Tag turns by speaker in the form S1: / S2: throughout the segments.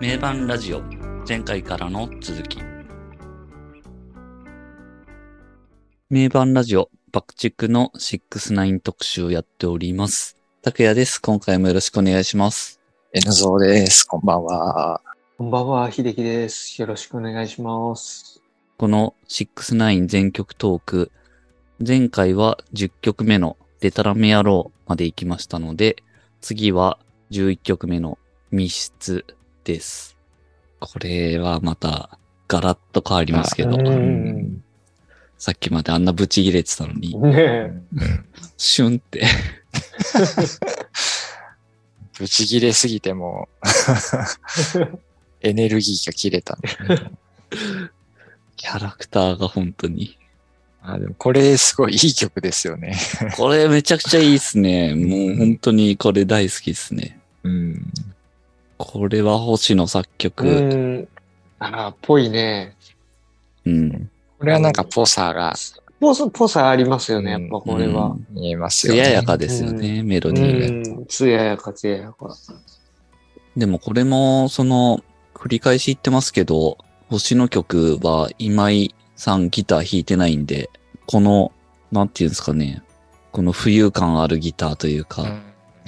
S1: 名盤ラジオ前回からの続き名盤ラジオ爆竹の69特集をやっております拓也です今回もよろしくお願いします
S2: N ゾーです。こんばんは。
S3: こんばんは、秀樹です。よろしくお願いします。
S1: この69全曲トーク、前回は10曲目のデタラメ野郎まで行きましたので、次は11曲目の密室です。これはまたガラッと変わりますけど
S3: う、
S2: うん
S3: ん。
S1: さっきまであんなブチ切れてたのに、
S3: ね
S1: シュンって。
S2: ぶち切れすぎてもうエネルギーが切れた。
S1: キャラクターが本当 に。
S2: あでもこれすごいいい曲ですよね。
S1: これめちゃくちゃいいっすね。もう本当にこれ大好きっすね。
S2: うん。
S1: これは星野作
S3: え。
S1: 曲。
S3: うん。 ああ、ぽいね。
S1: うん。
S2: これはなんかポサーが
S3: ぽさ、ぽさありますよね、やっぱこれは。
S2: 見えますよね。
S1: 艶やかですよね、メロ
S3: う
S1: ディーが。
S3: ん。つややかつややか。
S1: でもこれも、その、繰り返し言ってますけど、星の曲は今井さんギター弾いてないんで、この、なんていうんですかね、この浮遊感あるギターという
S2: う
S1: か、
S2: ん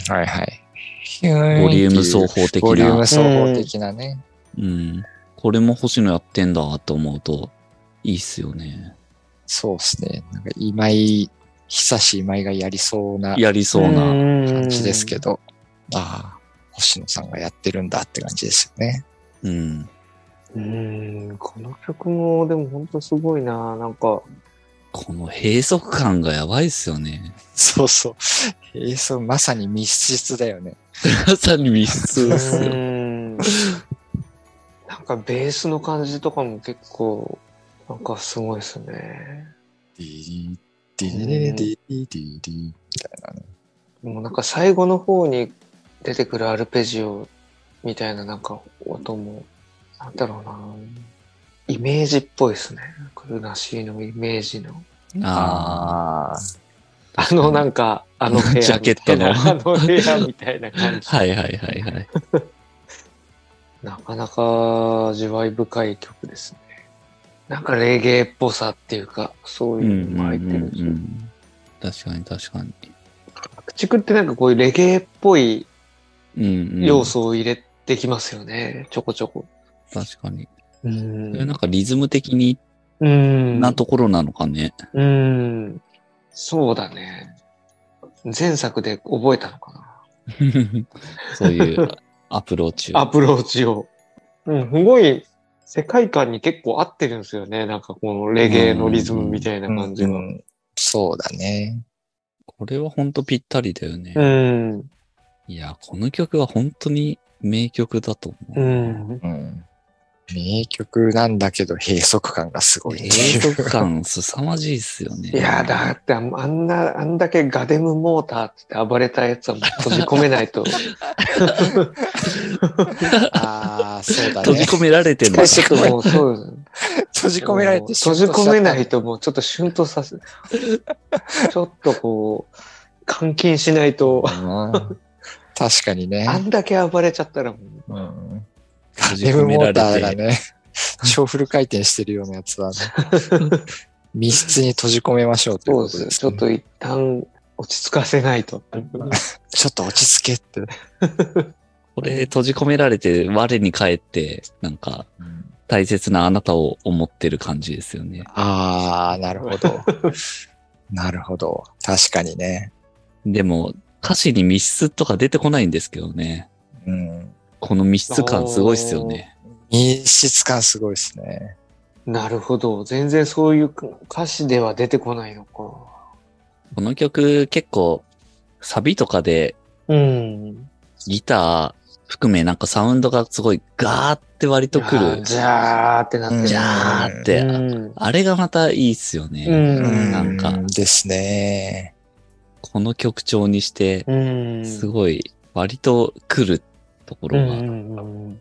S2: はいはい。
S1: ボリューム奏法的
S2: ボリュー
S1: な
S2: ム、奏法的なね。
S1: うん。これも星野やってんだと思うと、いいっすよね。
S2: そうですね。なんか今井、久し今井がやりそうな
S1: やりそうな。
S2: 感
S3: 感
S2: じですけ。ど、ああ、星野さんがやってるんだって感じですよね。
S1: うん。
S3: うん。この曲も、でも本当すごいな。なんか、
S1: この閉塞感がやばいっすよね。
S2: そうそう。えー、そう、まさに密室だよね。
S1: まさに密室っす
S3: う
S1: よ。
S3: ん。なんかベースの感じとかも結構、なんかすごいですね。
S2: ディディ
S3: ィ
S2: デ
S3: デ
S2: ィディディディみたいなね。
S3: もうなんか最後の方に出てくるアルペジオみたいななんか音も、なんだろうな、イメージっぽいですね。ルナシーのイメージの。
S1: あ
S2: あ。
S3: あのなんか、あの部屋みたいな。
S1: ジャケットの
S3: あの部屋みたいな感じ。
S1: あ。 はいはいはいはい。
S3: なかなか味わい深い曲ですね。なんかレゲエっぽさっていうか、そういうのも入ってるんですよ。
S1: ん、確かに確かに。
S3: 爆竹ってなんかこういうレゲエっぽい
S1: うん、うん。
S3: 要素を入れてきますよね。ちょこちょこ。
S1: 確かに。
S3: う
S1: それ
S3: ん。
S1: なんかリズム的に
S3: うん。
S1: なところなのかね。
S3: うーん。そうだね。前作で覚えたのかな。
S1: そう いうアプローチを。
S3: アプローチを。うん、すごい世界観に結構合ってるんですよね。なんかこのレゲエのリズムみたいな感じが。うん。
S2: そうだね。
S1: これはほんとぴったりだよね。
S3: うん。
S1: いや、この曲は本当に名曲だと
S3: う
S1: 思う。
S3: ん。
S2: うん。名曲なんだけど、閉塞感がすごいってい
S1: 閉
S2: う。
S1: 塞感凄まじいっすよね。
S3: いや、だってあんな、あんだけガデムモーターって言って暴れたやつはもう閉じ込めない と。
S2: ああ、そうだ
S1: 閉じ
S2: ね。
S1: 込められてるの。
S3: ちょっともうそう。
S2: 閉じ込められて。
S3: 閉じ込めないいともうちょっとシュンと させ、ちょっとこう、監禁しないと。
S2: うん確かにね
S3: あ。んだけ暴れちゃったらも
S2: うん。
S1: 閉じ
S2: レ
S1: 込
S2: ム
S1: め
S2: モ
S1: ら
S2: ーター
S1: れ
S2: が
S1: て。
S2: ね、超フル回転してるようなやつはね、密室に閉じ込めましょうというこ
S3: う、
S2: と
S3: そう
S2: で
S3: です。
S2: す
S3: ちょっ
S2: ね。
S3: と一旦落ち着かせないと。
S2: ちょっと落ち着けって。
S1: これ閉じ込められて我に返って、なんか大切なあなたを思ってる感じですよね。
S2: ああ、なるほど。 なるほど。確かにね。
S1: でも、歌詞に密室とか出てこないんですけどね。
S2: うん。
S1: この密室感すごいっすよね。
S2: 密室感すごいですね。
S3: なるほど。全然そういう歌詞では出てこないのか。
S1: この曲結構サビとかで
S3: うん。
S1: ギター含めなんかサウンドがすごいガーって割とくる。
S3: じゃーってなってる。
S1: じゃーって。
S3: うん。
S1: あれがまたいいっすよ
S3: う
S1: ね。
S3: ん。
S1: な
S3: うんん
S1: か
S2: ですね。
S1: この曲調にして、
S3: うん。
S1: すごい割とくるところが。
S3: うんうん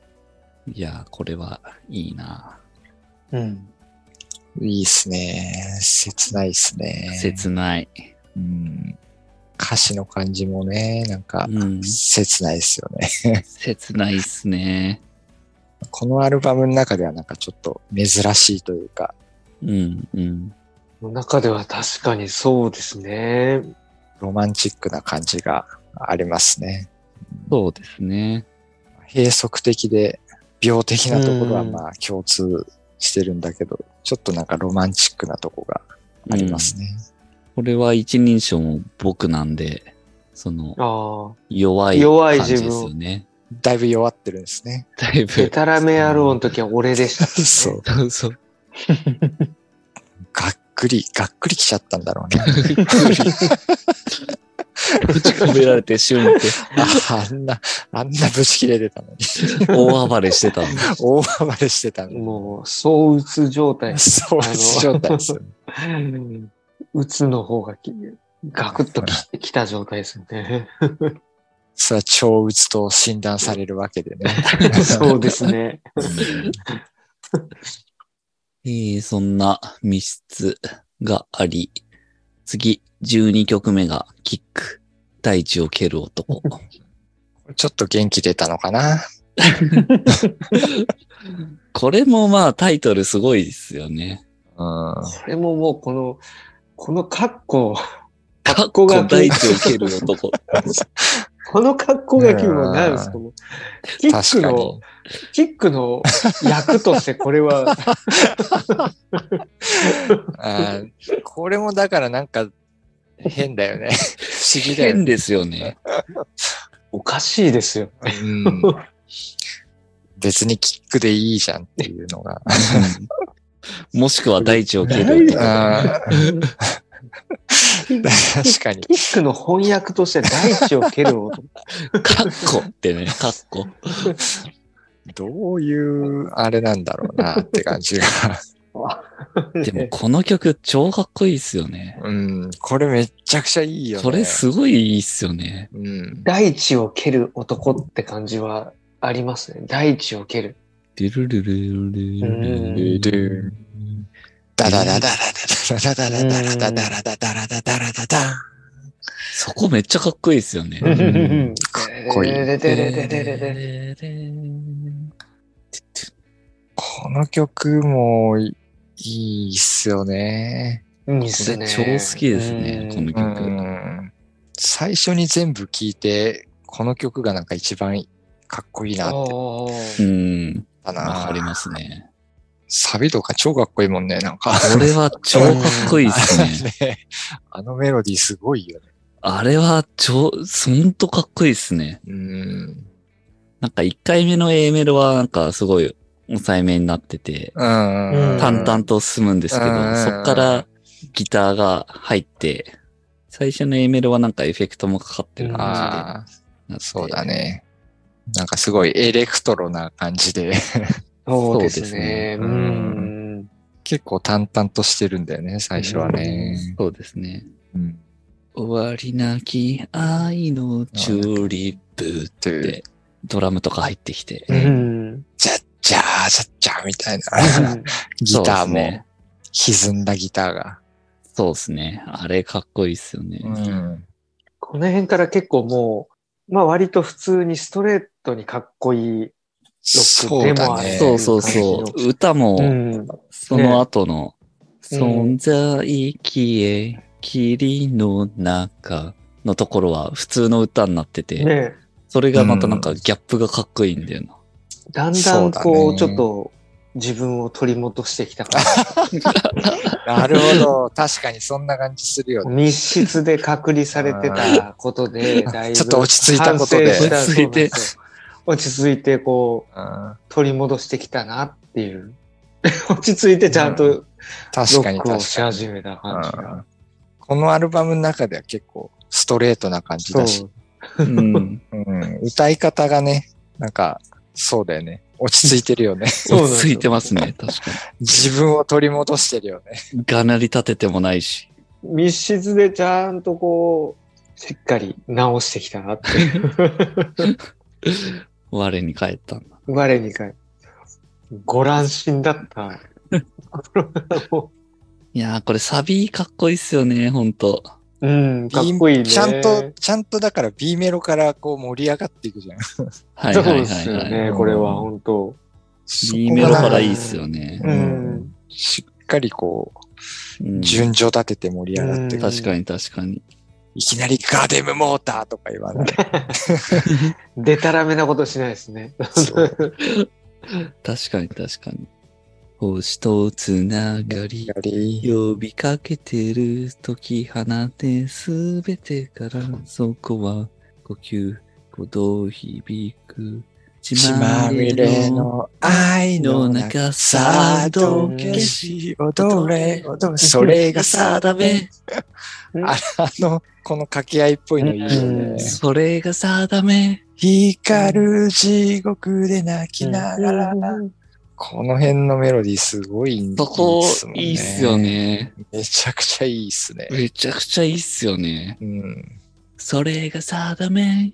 S1: いやー、これはいいな。
S3: うん。
S2: いいっすね。切ないっすね。
S1: 切ない。
S2: うん。歌詞の感 じもね、なんか、
S1: うん、
S2: 切ないっすよね。
S1: 切ないっすね。
S2: このアルバムの中ではなんかちょっと珍しいというか、
S1: うん、うん。
S3: の中では確かにそうですね。
S2: ロマンチックな感じがありますね。
S1: そうですね。
S2: 閉塞的で、病的なところは
S3: うん
S2: まあ共通してるんだけど、ちょっとなんかロマンチックなとこがありますね。
S1: これは一人称も僕なんで、その、
S3: ああ。
S1: 弱い
S3: 弱い
S1: 感じ
S3: 自
S1: です
S3: 分
S1: よね。
S2: だいぶ弱ってるんですね。
S1: だい
S3: デ
S1: ぶ。
S3: タラメ野郎の時は俺でした、
S2: そう。
S1: そうそう。
S2: がっくり、がっくりきちゃったんだろ うね。
S1: ぶち込められてシュンっ
S2: ああんな、あんなぶち切れてた のに。
S1: て大暴れしてたんだ。
S2: 大暴れしてたのに。
S3: もう、そう鬱状態。
S2: そういう状態ですよね。
S3: 鬱の方がきガクッとききた状態ですよね。
S2: それは超鬱と診断されるわけでね。
S3: そうですね。
S1: えーそんな密室があり、次、12曲目がキック。大地を蹴る男。
S2: ちょっと元気出たのかな。
S1: これもまあタイトルすごいですよね。
S2: うん。
S3: これももうこの、この格好、
S1: かっ
S3: こ
S1: こ
S3: が
S1: 大地を蹴る男。
S3: この格好が気分は何ですかもうキック
S2: 確か
S3: の
S2: に。、
S3: キックの役としてこれは、
S2: あーこれもだからなんか変だよ ね。不思議だよね。
S1: 変ですよね。
S3: おかしいですよ。
S2: うん、別にキックでいいじゃんっていうのが。
S1: もしくは大地を蹴る男。
S2: あー
S3: キ
S2: 確かに。
S3: ックの翻訳として大地を蹴る男。
S1: かっこってね、かっこ。
S2: どういうあれなんだろうなって感じが。
S1: でもこの曲超かっこいいですよね。
S2: うん。これめちゃくちゃいいよね。
S1: それすごいいいっすよね。
S2: うん。
S3: 大地を蹴る男って感じはありますね。大地を蹴る。
S1: ルルルルルルルル
S2: ダダダダダダダダダダダダダダダダダダダダ
S1: そこめっちゃかっこいいですよね。
S2: んかっこいい
S3: ででででででで
S2: この曲もいいっすよね。
S3: いいっ
S1: こ
S3: す
S1: れ
S3: ね。
S1: 超好きですね、こ
S3: うん
S1: の曲。
S2: 最初に全部聴いて、この曲がなんか一番かっこいいなって思っ
S3: お
S1: う
S3: ー
S1: ん、
S2: た
S1: わ
S2: な
S1: か。りますね。
S2: サビとか超かっこいいもんね、なんか。
S1: これは超かっこいいですね。
S2: ね あのメロディーすごいよね。
S1: あれは超、ほんとかっこいいですね。
S2: うん。
S1: なんか1回目の A メロはなんかすごい抑えめになってて、
S2: うん。
S1: 淡々と進むんですけど、
S2: うん
S1: そっからギターが入って、最初の A メロはなんかエフェクトもかかってる感じで
S2: ああ、
S1: なって。
S2: そうだね。なんかすごいエレクトロな感じで、
S3: そうで
S1: そうですす
S3: ね
S1: ね。
S3: うん。
S2: 結構淡々としてるんだよね、最初はね。
S1: そうですね。
S2: うん。
S1: 終わりなき愛のチューリップ、
S2: という
S1: でドラムとか入ってきて。
S2: うん
S3: うん。
S2: じゃっじゃーじゃっじゃーみた いな。ギターも、歪んだギターが。
S1: そうですね。あれかっこいいっすよね。
S2: うん。
S3: この辺から結構もう、まあ割と普通にストレートにかっこいい。ロッ
S2: そ
S3: ク
S2: う
S3: でも
S2: だ
S3: ある
S2: ね。
S1: そうそうそう。歌も、
S3: うん。
S1: その後の、
S3: ね
S1: 存在消え、霧の中のところは普通の歌になってて、
S3: ね
S1: それがまたなんかギャップがかっこいいんだよな。
S3: だんだん
S2: そう
S3: こ
S2: だ
S3: う、
S2: ね
S3: ちょっと自分を取り戻してき たから。
S2: なるほど。確かにそんな感じするよ ね。
S3: 密室で隔離されてたことで、だいぶ
S2: ちょっと落ち着いたことで
S3: 反省した
S1: 落ち着いて。
S3: そうなんですよ落ち着いて、こう、
S2: うん
S3: 取り戻してきたなっていう。 落ち着いてちゃんとロ
S2: 確かに
S3: ックを
S2: 確
S3: し
S2: かに。
S3: 始めた感じ
S2: う
S3: が。
S2: んこのアルバムの中では結構ストレートな感じだし
S3: そ、う。
S1: うん、
S2: うん、歌い方がね、なんか、そうだよね。落ち着いてるよね。
S3: そうなん で
S1: 落
S3: すよ
S1: ち着いてますね。確か
S2: 自分を取り戻してるよね。
S1: に。がなり立ててもないし。
S3: 密室でちゃんとこう、しっかり直してきたなって いう。
S1: 我に返ったんだ。
S3: 我に返ご乱心だった。
S1: いやー、これサビかっこいいっすよね、ほんと。
S3: うん、かっこいいね。
S2: ちゃんと、ちゃんとだから B メロからこう盛り上がっていくじゃん。
S1: はい
S3: そう
S1: はい
S3: で
S1: は
S3: す
S1: い、
S3: よ
S1: はい
S3: ね、これは本当。
S1: B メロ
S2: そこ
S1: か
S2: がな
S1: らいいっすよね。
S3: うん。
S2: しっかりこ
S1: うん
S2: う、順序立てて盛り上がって、
S3: うん
S1: 確かに確かに。
S2: いきなりガーデムモーターとか言わ ない。
S3: でたらめなことしないですね。
S2: そう
S1: 確かに確かに。星とつながり
S2: や、り
S1: 呼びかけてる時放てすべてからそこは呼吸、鼓動響く。
S2: 血まみれの愛の
S1: の
S2: 中、
S1: 中
S2: さ
S1: さ
S2: あ、
S1: あ
S2: ど
S1: ど
S3: う
S2: け
S1: けし
S2: し、踊れ、踊れ、それがさ、
S1: 定め、
S2: ああの、この掛け合いっぽいのいいよ
S3: うん
S2: ね。
S1: それが定め。
S2: 光る地獄で泣きながら、この辺のメロディーすごいいいっ
S1: そこ
S2: すもん、ね
S1: いいっすよ。ね。
S2: めちゃくちゃいいっすね。
S1: めちゃくちゃいいっすよね。
S2: うん。
S1: それが定め。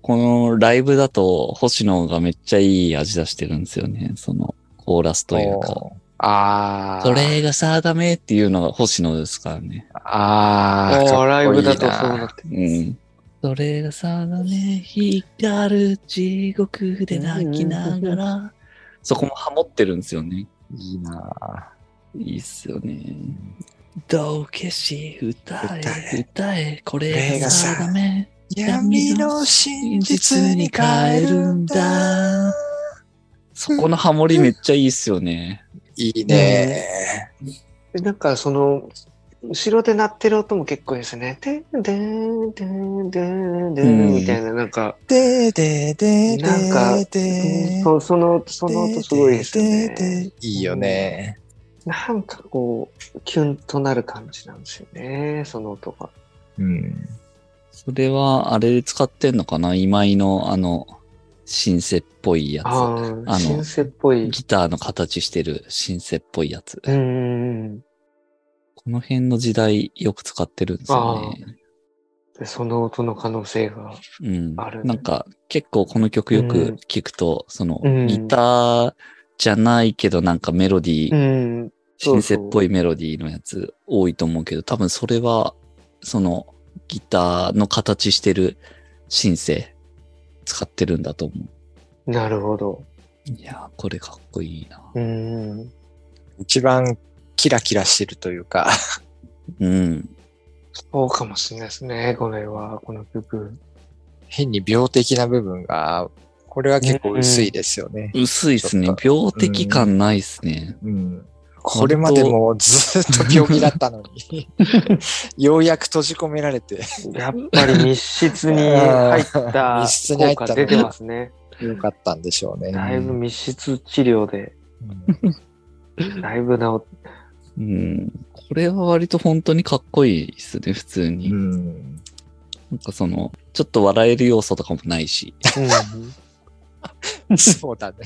S1: このライブだと、星野がめっちゃいい味出してるんですよね。その、コーラスというか。
S2: おーあー。
S1: それが定めっていうのが星野ですからね。
S2: あー。かっ
S3: あ
S2: こいい
S3: あ、
S2: な
S3: ライブだとそうなって。
S1: うん。それが定め、光る地獄で泣きながら。そこもハモってるんですよね。
S2: いいない
S1: いっすよね。どうけし、歌え、歌え、これが定め。
S2: 闇の真実に変えるんだ。
S1: そこのハモリめっちゃいいっすよね。
S2: いいね。
S3: でなんかその、後ろで鳴ってる音も結構いいですね。でんでんでんでんでんみたいな、なんか、
S2: ででで
S3: なんか
S2: でで
S3: そその、その音すごいですよね。
S2: いいよね。
S3: なんかこう、キュンとなる感じなんですよね、その音が。
S2: うん。
S1: それは、あれで使ってんのかな今井の、あの、シンセっぽいや
S3: あ
S1: あの
S3: あ、シンセっぽ
S1: つ。
S3: い。
S1: ギターの形してるシンセっぽいやつ。
S3: うんうんうん。
S1: この辺の時代よく使ってるんですよね。
S3: でその音の可能性が。
S1: うん
S3: ある。
S1: なんか、結構この曲よく聞くと、その
S3: うん、
S1: ギターじゃないけどなんかメロディー、
S3: うん。
S1: シンセっぽいメロディーのやつ多いと思うけど、多分それは、そのギターの形してるシンセ使ってるんだと思
S3: なるほど。
S1: う。いやー、これかっこいいな。
S3: うん。
S2: 一番キラキラしてるというか、
S1: うん。
S3: そうかもしれないですね、これは、この曲。
S2: 変に病的な部分が、これは結構薄いですよね。
S1: 薄いっすね
S2: ちょっ。
S1: 病的感ないっすね。
S2: うん。これまでもずっと病気だったのに、ようやく閉じ込められて、
S3: やっぱり密 室に入った
S2: 密室に入
S3: 効
S2: ったの
S3: 果出てますね。
S2: よかったんでしょうね。
S3: だいぶ密室治療で、
S2: うん
S3: だいぶ治っ
S1: うん。これは割と本当にかっこいいっすね、普通に。
S2: うん。
S1: なんかその、ちょっと笑える要素とかもないし。
S3: た。う
S2: そうだね。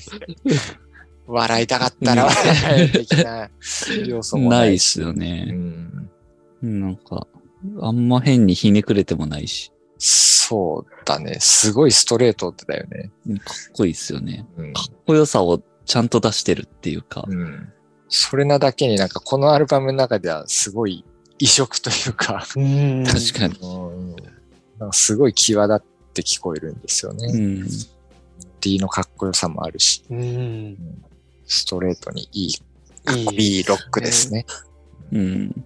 S2: 笑いたかったら笑え的な要素も
S1: な
S2: な
S1: っ
S2: いい
S1: す
S2: し。
S1: よね。
S2: うん
S1: なんか、あんま変にひねくれてもないし。
S2: そうだね。すごいストレートだよね。
S1: かっこいいっすよね。
S2: うん
S1: かっこよさをちゃんと出してるっていうか。
S2: うんそれなだけになんかこのアルバムの中ではすごい異色というか、
S3: ん。
S1: 確かに。
S2: うんなんかすごい際立って聞こえるんですよ
S1: う
S2: ね。
S1: ん。
S2: D のかっこよさもあるし、
S3: うん。
S2: ストレートにいい、かっ
S3: いい
S2: こいいロックですね。
S1: うん。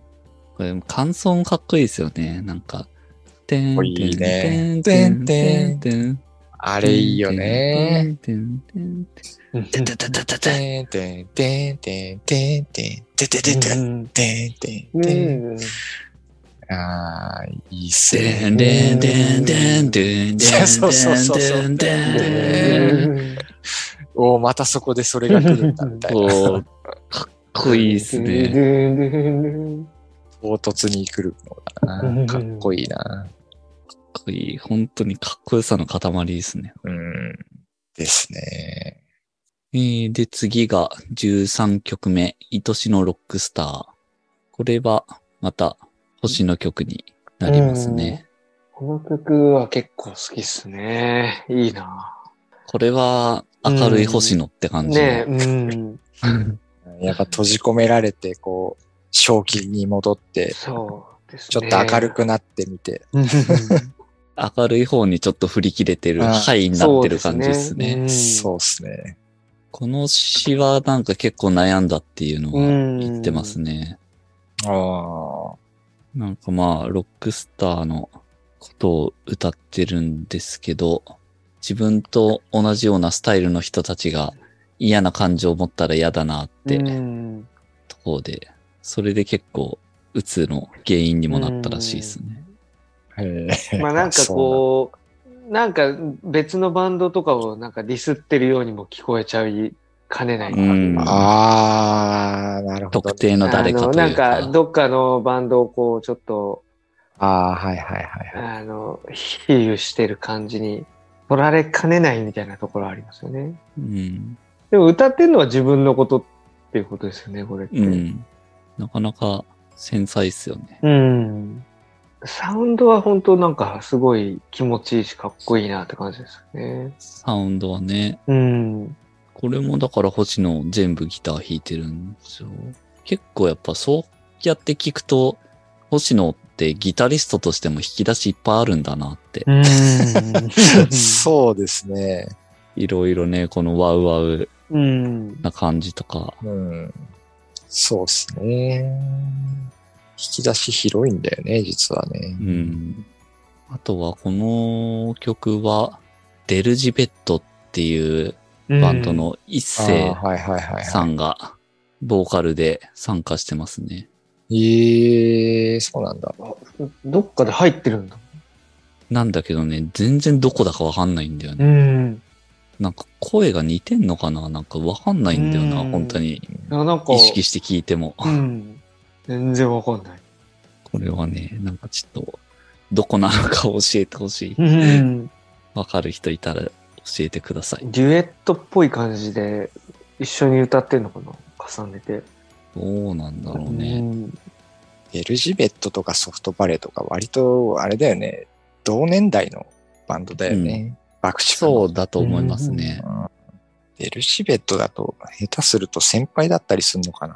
S1: これ、感想もかっこいいですよね。なんか。てん
S2: こいいね
S1: てんてんてんてんてん。
S2: あ
S1: あ
S2: れいいよね。。
S1: てんてんて
S3: うん
S1: んてんてんてんてんてん
S2: てんてんてんてんてんてんてんてんてんてん
S3: うん
S2: てんてんてん。
S3: ね
S2: ああ、いいっす
S1: て
S2: ね。
S1: んてんてんてんてんてんてんてん
S2: そうそうそうそう
S1: てんてんてん
S3: え
S2: おーまたそこでそれが来るんだみたいな。
S1: そう、かっこいいですね。
S3: ね。
S2: 唐突に来るのがな。かっこいいな。
S1: かっこいい。本当にかっこよさの塊ですね。
S2: うん。ですね。
S1: えーで、次が13曲目、愛しのロックスター。これは、また、星の曲になりますね。
S3: この曲は結構好きっすね。いいな。
S1: これは、明るい星野って感じの。
S3: ねえ、うん。
S2: やっぱ閉じ込められて、こう、正気に戻って、
S3: そうです
S2: ちょ
S3: ね。
S2: っと明るくなってみて。
S3: うん。
S1: 明るい方にちょっと振り切れてる、
S2: あ
S1: ハイになってる感じですね。
S3: そうですね。
S2: そうっすね。
S1: この詩はなんか結構悩んだっていうのは
S3: 言
S1: 言ってます
S3: ね。
S1: ね。
S2: ああ。
S1: なんかまあ、ロックスターのことを歌ってるんですけど、自分と同じようなスタイルの人たちが嫌な感情を持ったら嫌だなって
S3: うん
S1: ところで、それで結構、うつの原因にもなったらしいですね。
S2: へえ。
S3: まあなんかこう、なんか別のバンドとかをなんかディスってるようにも聞こえちゃいかねない。
S1: うん
S3: あ
S2: ああ、なるほど。
S1: 特定の誰か
S3: の
S1: と
S3: ないん
S1: うか。
S3: かどっかのバンドをこうちょっと
S2: ああ、はいはいはいはい。
S3: あの比喩してる感じに取られかねないみたいなところありますよね。
S1: うん。
S3: でも歌ってるのは自分のことっていうことですよね、これって。
S1: うん。なかなか繊細っすよね。
S3: うんサウンドは本当なんかすごい気持ちいいしかっこいいなって感じですよね。
S1: サウンドはね。
S3: うん。
S1: これもだから星野全部ギター弾いてるんですよ。結構やっぱそうやって聞くと、星野ってギタリストとしても引き出しいっぱいあるんだなって。
S3: うん
S2: そうですね。
S1: いろいろね、このワウワウ
S3: うん。
S1: な感じとか。
S2: うん。そうですね。引き出し広いんだよね、実はね。
S1: うん。あとはこの曲は、デルジベットっていうバンドの一
S2: ああ
S1: 世
S2: はいはいはい、は
S1: さんがボーカルで参加してますね。
S2: い。ええそうなんだ。
S3: うん。どっかで入ってるんだ。
S1: なんだけどね、全然どこだかわかんないんだよね。
S3: ん。
S1: なんか声が似てんのかななんかわかんないんだよな、
S3: うん
S1: 本当に。
S3: なんか、
S1: 意識して聞いても。
S3: うん。全然わかんない。
S1: これはね、なんかちょっと、どこなのか教えてほしい。
S3: うん。
S1: わかる人いたら教えてください。
S3: デュエットっぽい感じで一緒に歌ってんのかな重ねて。
S1: どうなんだろうね。
S3: ん
S2: エルジベットとかソフトバレーとか割とあれだよね。同年代のバンドだよね。爆竹の
S1: そうだと思いますね。
S2: うんエルシベットだと、下手すると先輩だったりすんのかな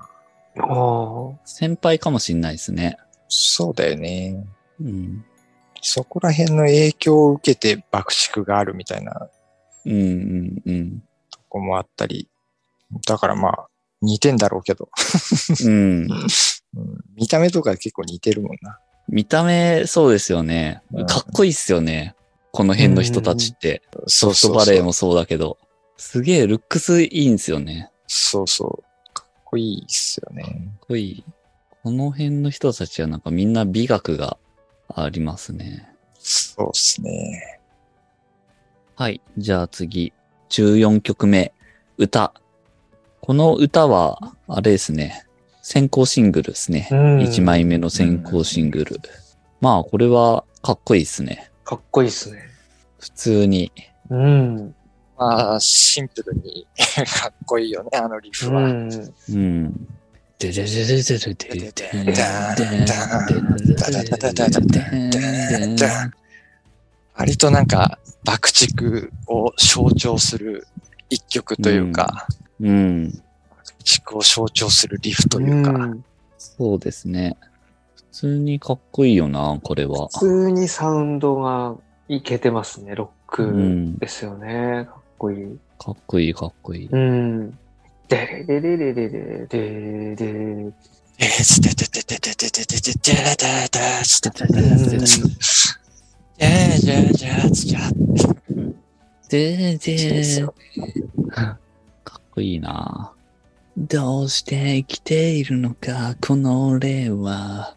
S3: ああ。
S1: 先輩かもしんないですね。
S2: そうだよね。
S1: うん。
S2: そこら辺の影響を受けて爆竹があるみたいな
S1: うんうんうん。
S2: とこもあったり。だからまあ、似てんだろうけど、
S1: うん。
S2: うん見た目とか結構似てるもんな。
S1: 見た目、そうですよね
S2: うん。
S1: かっこいいっすよね。この辺の人たちって。
S2: そう
S1: ソ
S2: そ
S1: フ
S2: う
S1: トバレー
S2: も。
S1: もそうだけど。すげえ、ルックスいいんですよね。
S2: そうそう。かっこいいっすよね
S1: かっ。こいい。この辺の人たちはなんかみんな美学がありますね。
S2: そうっすね。
S1: はい。じゃあ次、14曲目、歌。この歌は、あれですね、先行シングルですね。
S3: うん
S1: 1枚目の先行シングル。まあ、これはかっこいいですね。
S3: かっこいいっすね。
S1: 普通に。
S3: うん。
S2: まあ、シンプルにかっこいいよね、あのリ
S3: う
S2: フは。
S3: ん。
S1: うん。ででででででででで
S2: 割となんか爆竹を象徴する一曲というか、
S1: うん。
S2: 爆竹を象徴するリフというか、
S3: ん
S1: そうですね。普通にかっこいいよな、これは。
S3: 普通にサウンドがいけてますね、ロッ
S1: う
S3: ク
S1: ん。
S3: ですよね。かっこいい。
S1: かっこいい、かっこいい。
S3: うん。でれれれれれれれれれ
S2: えーててててててててててててつててててててえーじゃあじゃあじゃあ
S1: でで
S2: そう
S1: かっこいいな。どうして生きているのか、この俺は。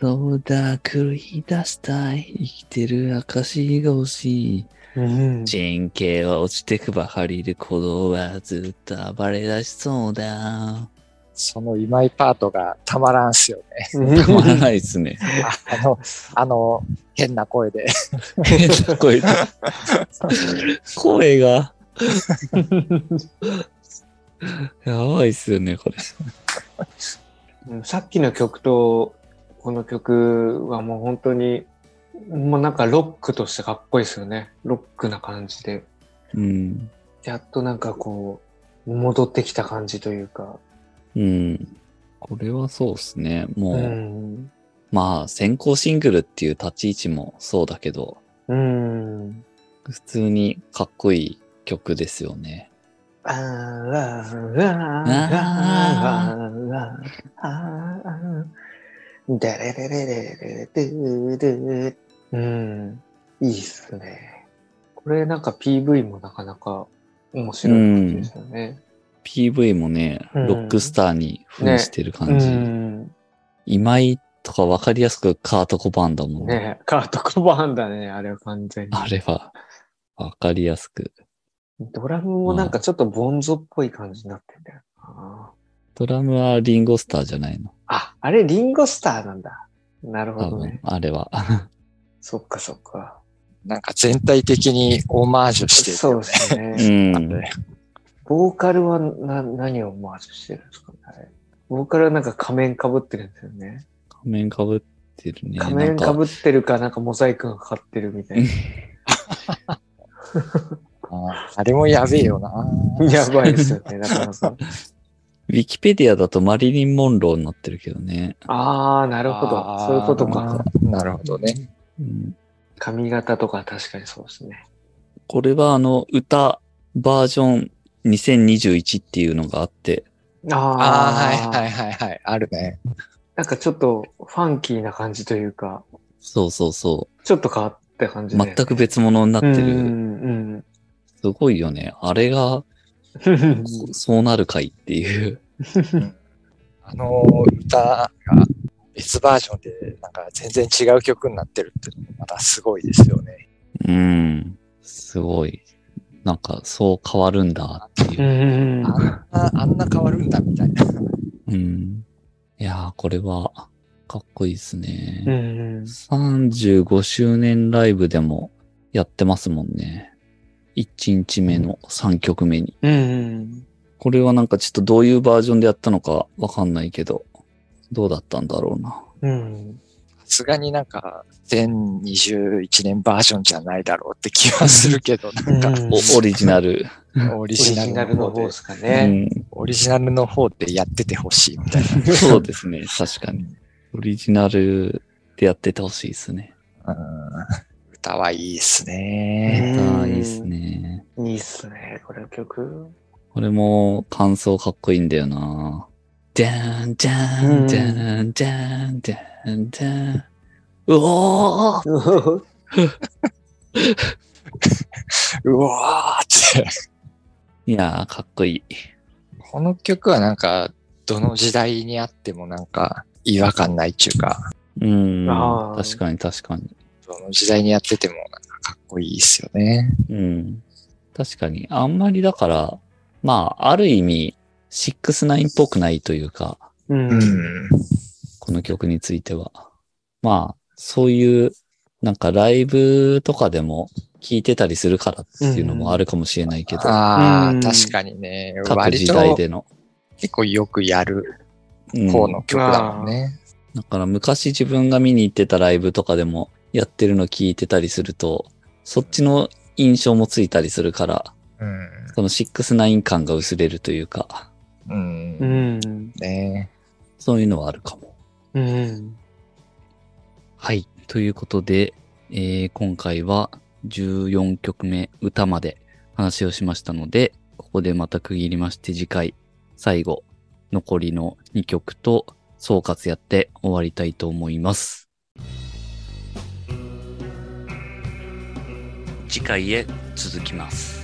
S1: そうだ、繰り出したい。生きてる証が欲しい。
S3: うん。
S1: 人形は落ちてくばかりで鼓動はずっと暴れ出しそうだ。
S2: その今井パートがたまらん すよ ね。
S1: たまらないですね。
S2: ああの、あの、変な声で。
S1: 変な声で。 声が。やばいっすよね、これ。
S3: うんさっきの曲とこの曲はもう本当にもうなんかロックとしてかっこいいですよねロックな感じで
S1: うん。
S3: やっとなんかこう戻ってきた感じというか
S1: うん。これはそうっすね。もう、
S3: うん
S1: まあ、先行シングルっていう立ち位置もそうだけど、
S3: うん
S1: 普通にかっこいい曲ですよね。
S3: あーらーらーらーらーあーだれれれれれれでーでーうん、いいっすね。これなんか PV もなかなか面白い感じですよね。
S1: PV もね、
S3: うん
S1: ロックスターに扮してる感じ。
S3: うん。
S1: 今井とかわかりやすくカートコバンだもんね。
S3: ねカート・コバーンだね、あれは完全に。
S1: あれは、わかりやすく。
S3: ドラムもなんかちょっとボンゾっぽい感じになってんだよな。
S1: ドラムはリンゴスターじゃないの。
S3: あ、あれリンゴスターなんだ。なる
S1: 多
S3: ほどね
S1: 分。、あれは。
S3: そっかそっか。
S2: なんか全体的にオマージュしてる
S3: そうですね。
S1: うん。
S3: ボーカルはな何をオマージュしてるんですかねあれボーカルはなんか仮面かぶってるんですよね。
S1: 仮面かぶってるね。
S3: 仮面か
S1: なんか
S3: ぶってるか、なんかモザイクがかかってるみたい
S2: あーあれもやべえよな。
S3: な。やばいですよね、なかなか。
S1: ウィキペディアだとマリリン・モンローになってるけどね。
S3: あー、なるほ
S2: あ
S3: ど。
S2: ー
S3: そういうことか。。
S2: なるほどね。
S1: うん
S3: 髪型とか確かにそうですね。
S1: これはあの、歌バージョン2021っていうのがあって、
S3: あ
S2: あ
S3: ー、
S2: あ、はいはいはいはい。あるね。
S3: なんかちょっとファンキーな感じというか、
S1: そうそうそ
S3: ちょっと変わった感
S1: う。
S3: じで。
S1: 全く別物になって
S3: う
S1: る。
S3: ん、
S1: すごいよね。あれが、
S3: うん。
S1: そそうなるかいっていう。
S2: あの歌が別バージョンでなんか全然違う曲になってるっていうのもまたすごいですよね。
S1: うん。すごい。なんか、そう変わるんだっていう
S3: う。ん
S2: あんな、あんな変わるんだみたいな。
S1: うん。いやー、これは、かっこいいですね。
S3: うん。
S1: 35周年ライブでもやってますもんね。1日目の3曲目に。
S3: うん。
S1: これはなんかちょっとどういうバージョンでやったのかわかんないけど、どうだったんだろうな。
S3: うん。
S2: さすがになんか、全21年バージョンじゃないだろうって気はするけど、なんか、
S1: おオリジナル。
S2: オリ
S3: オリ
S2: ジ
S3: ジナ
S2: ナ
S3: ル
S2: ル
S3: の
S2: の
S3: 方
S2: 方
S3: で
S2: です
S3: か
S1: う
S3: ね。
S1: ん、
S2: オリジナルの方でやっててほしいみたい
S1: そうですね、確かに。オリジナルでやっててほしいですね。
S2: な。うん歌はいいです
S3: う
S2: ね。
S3: ん
S1: ああ、いいですね。
S3: いいっすね、これ曲。
S1: これも感想かっこいいんだよな。じゃんじゃんじゃんじゃんじゃんじゃん。うおー
S2: うわーって。
S1: いやー、かっこいい。
S2: この曲はなんか、どの時代にあってもなんか、違和感ないっていうか、
S1: うん
S3: あ。ー
S1: 確かに確かに。
S2: どの時代にやっててもなんかかっこいいですよね。
S1: うん。確かに。あんまりだから、まあ、ある意味、69っぽくないというか、
S3: うん
S2: うん。
S1: この曲については。まあ、そういう、なんかライブとかでも聴いてたりするからっていうのもあるかもしれないけど、
S2: あ
S3: うん
S2: あ、確かにね。
S1: 各
S2: 割
S1: 時
S2: と
S1: 代での。
S2: 結構よくやる
S1: うん
S2: 方の曲だもんね。
S1: だから昔自分が見に行ってたライブとかでもやってるの聞いてたりすると、そっちの印象もついたりするから、
S2: うん。
S1: その69感が薄れるというか、
S2: うん。
S3: うん。
S2: ね
S1: そういうのはあるかも。
S3: うん。
S1: はい。ということで、えー今回は14曲目歌まで話をしましたので、ここでまた区切りまして次回、最後、残りの2曲と総括やって終わりたいと思います。次回へ続きます。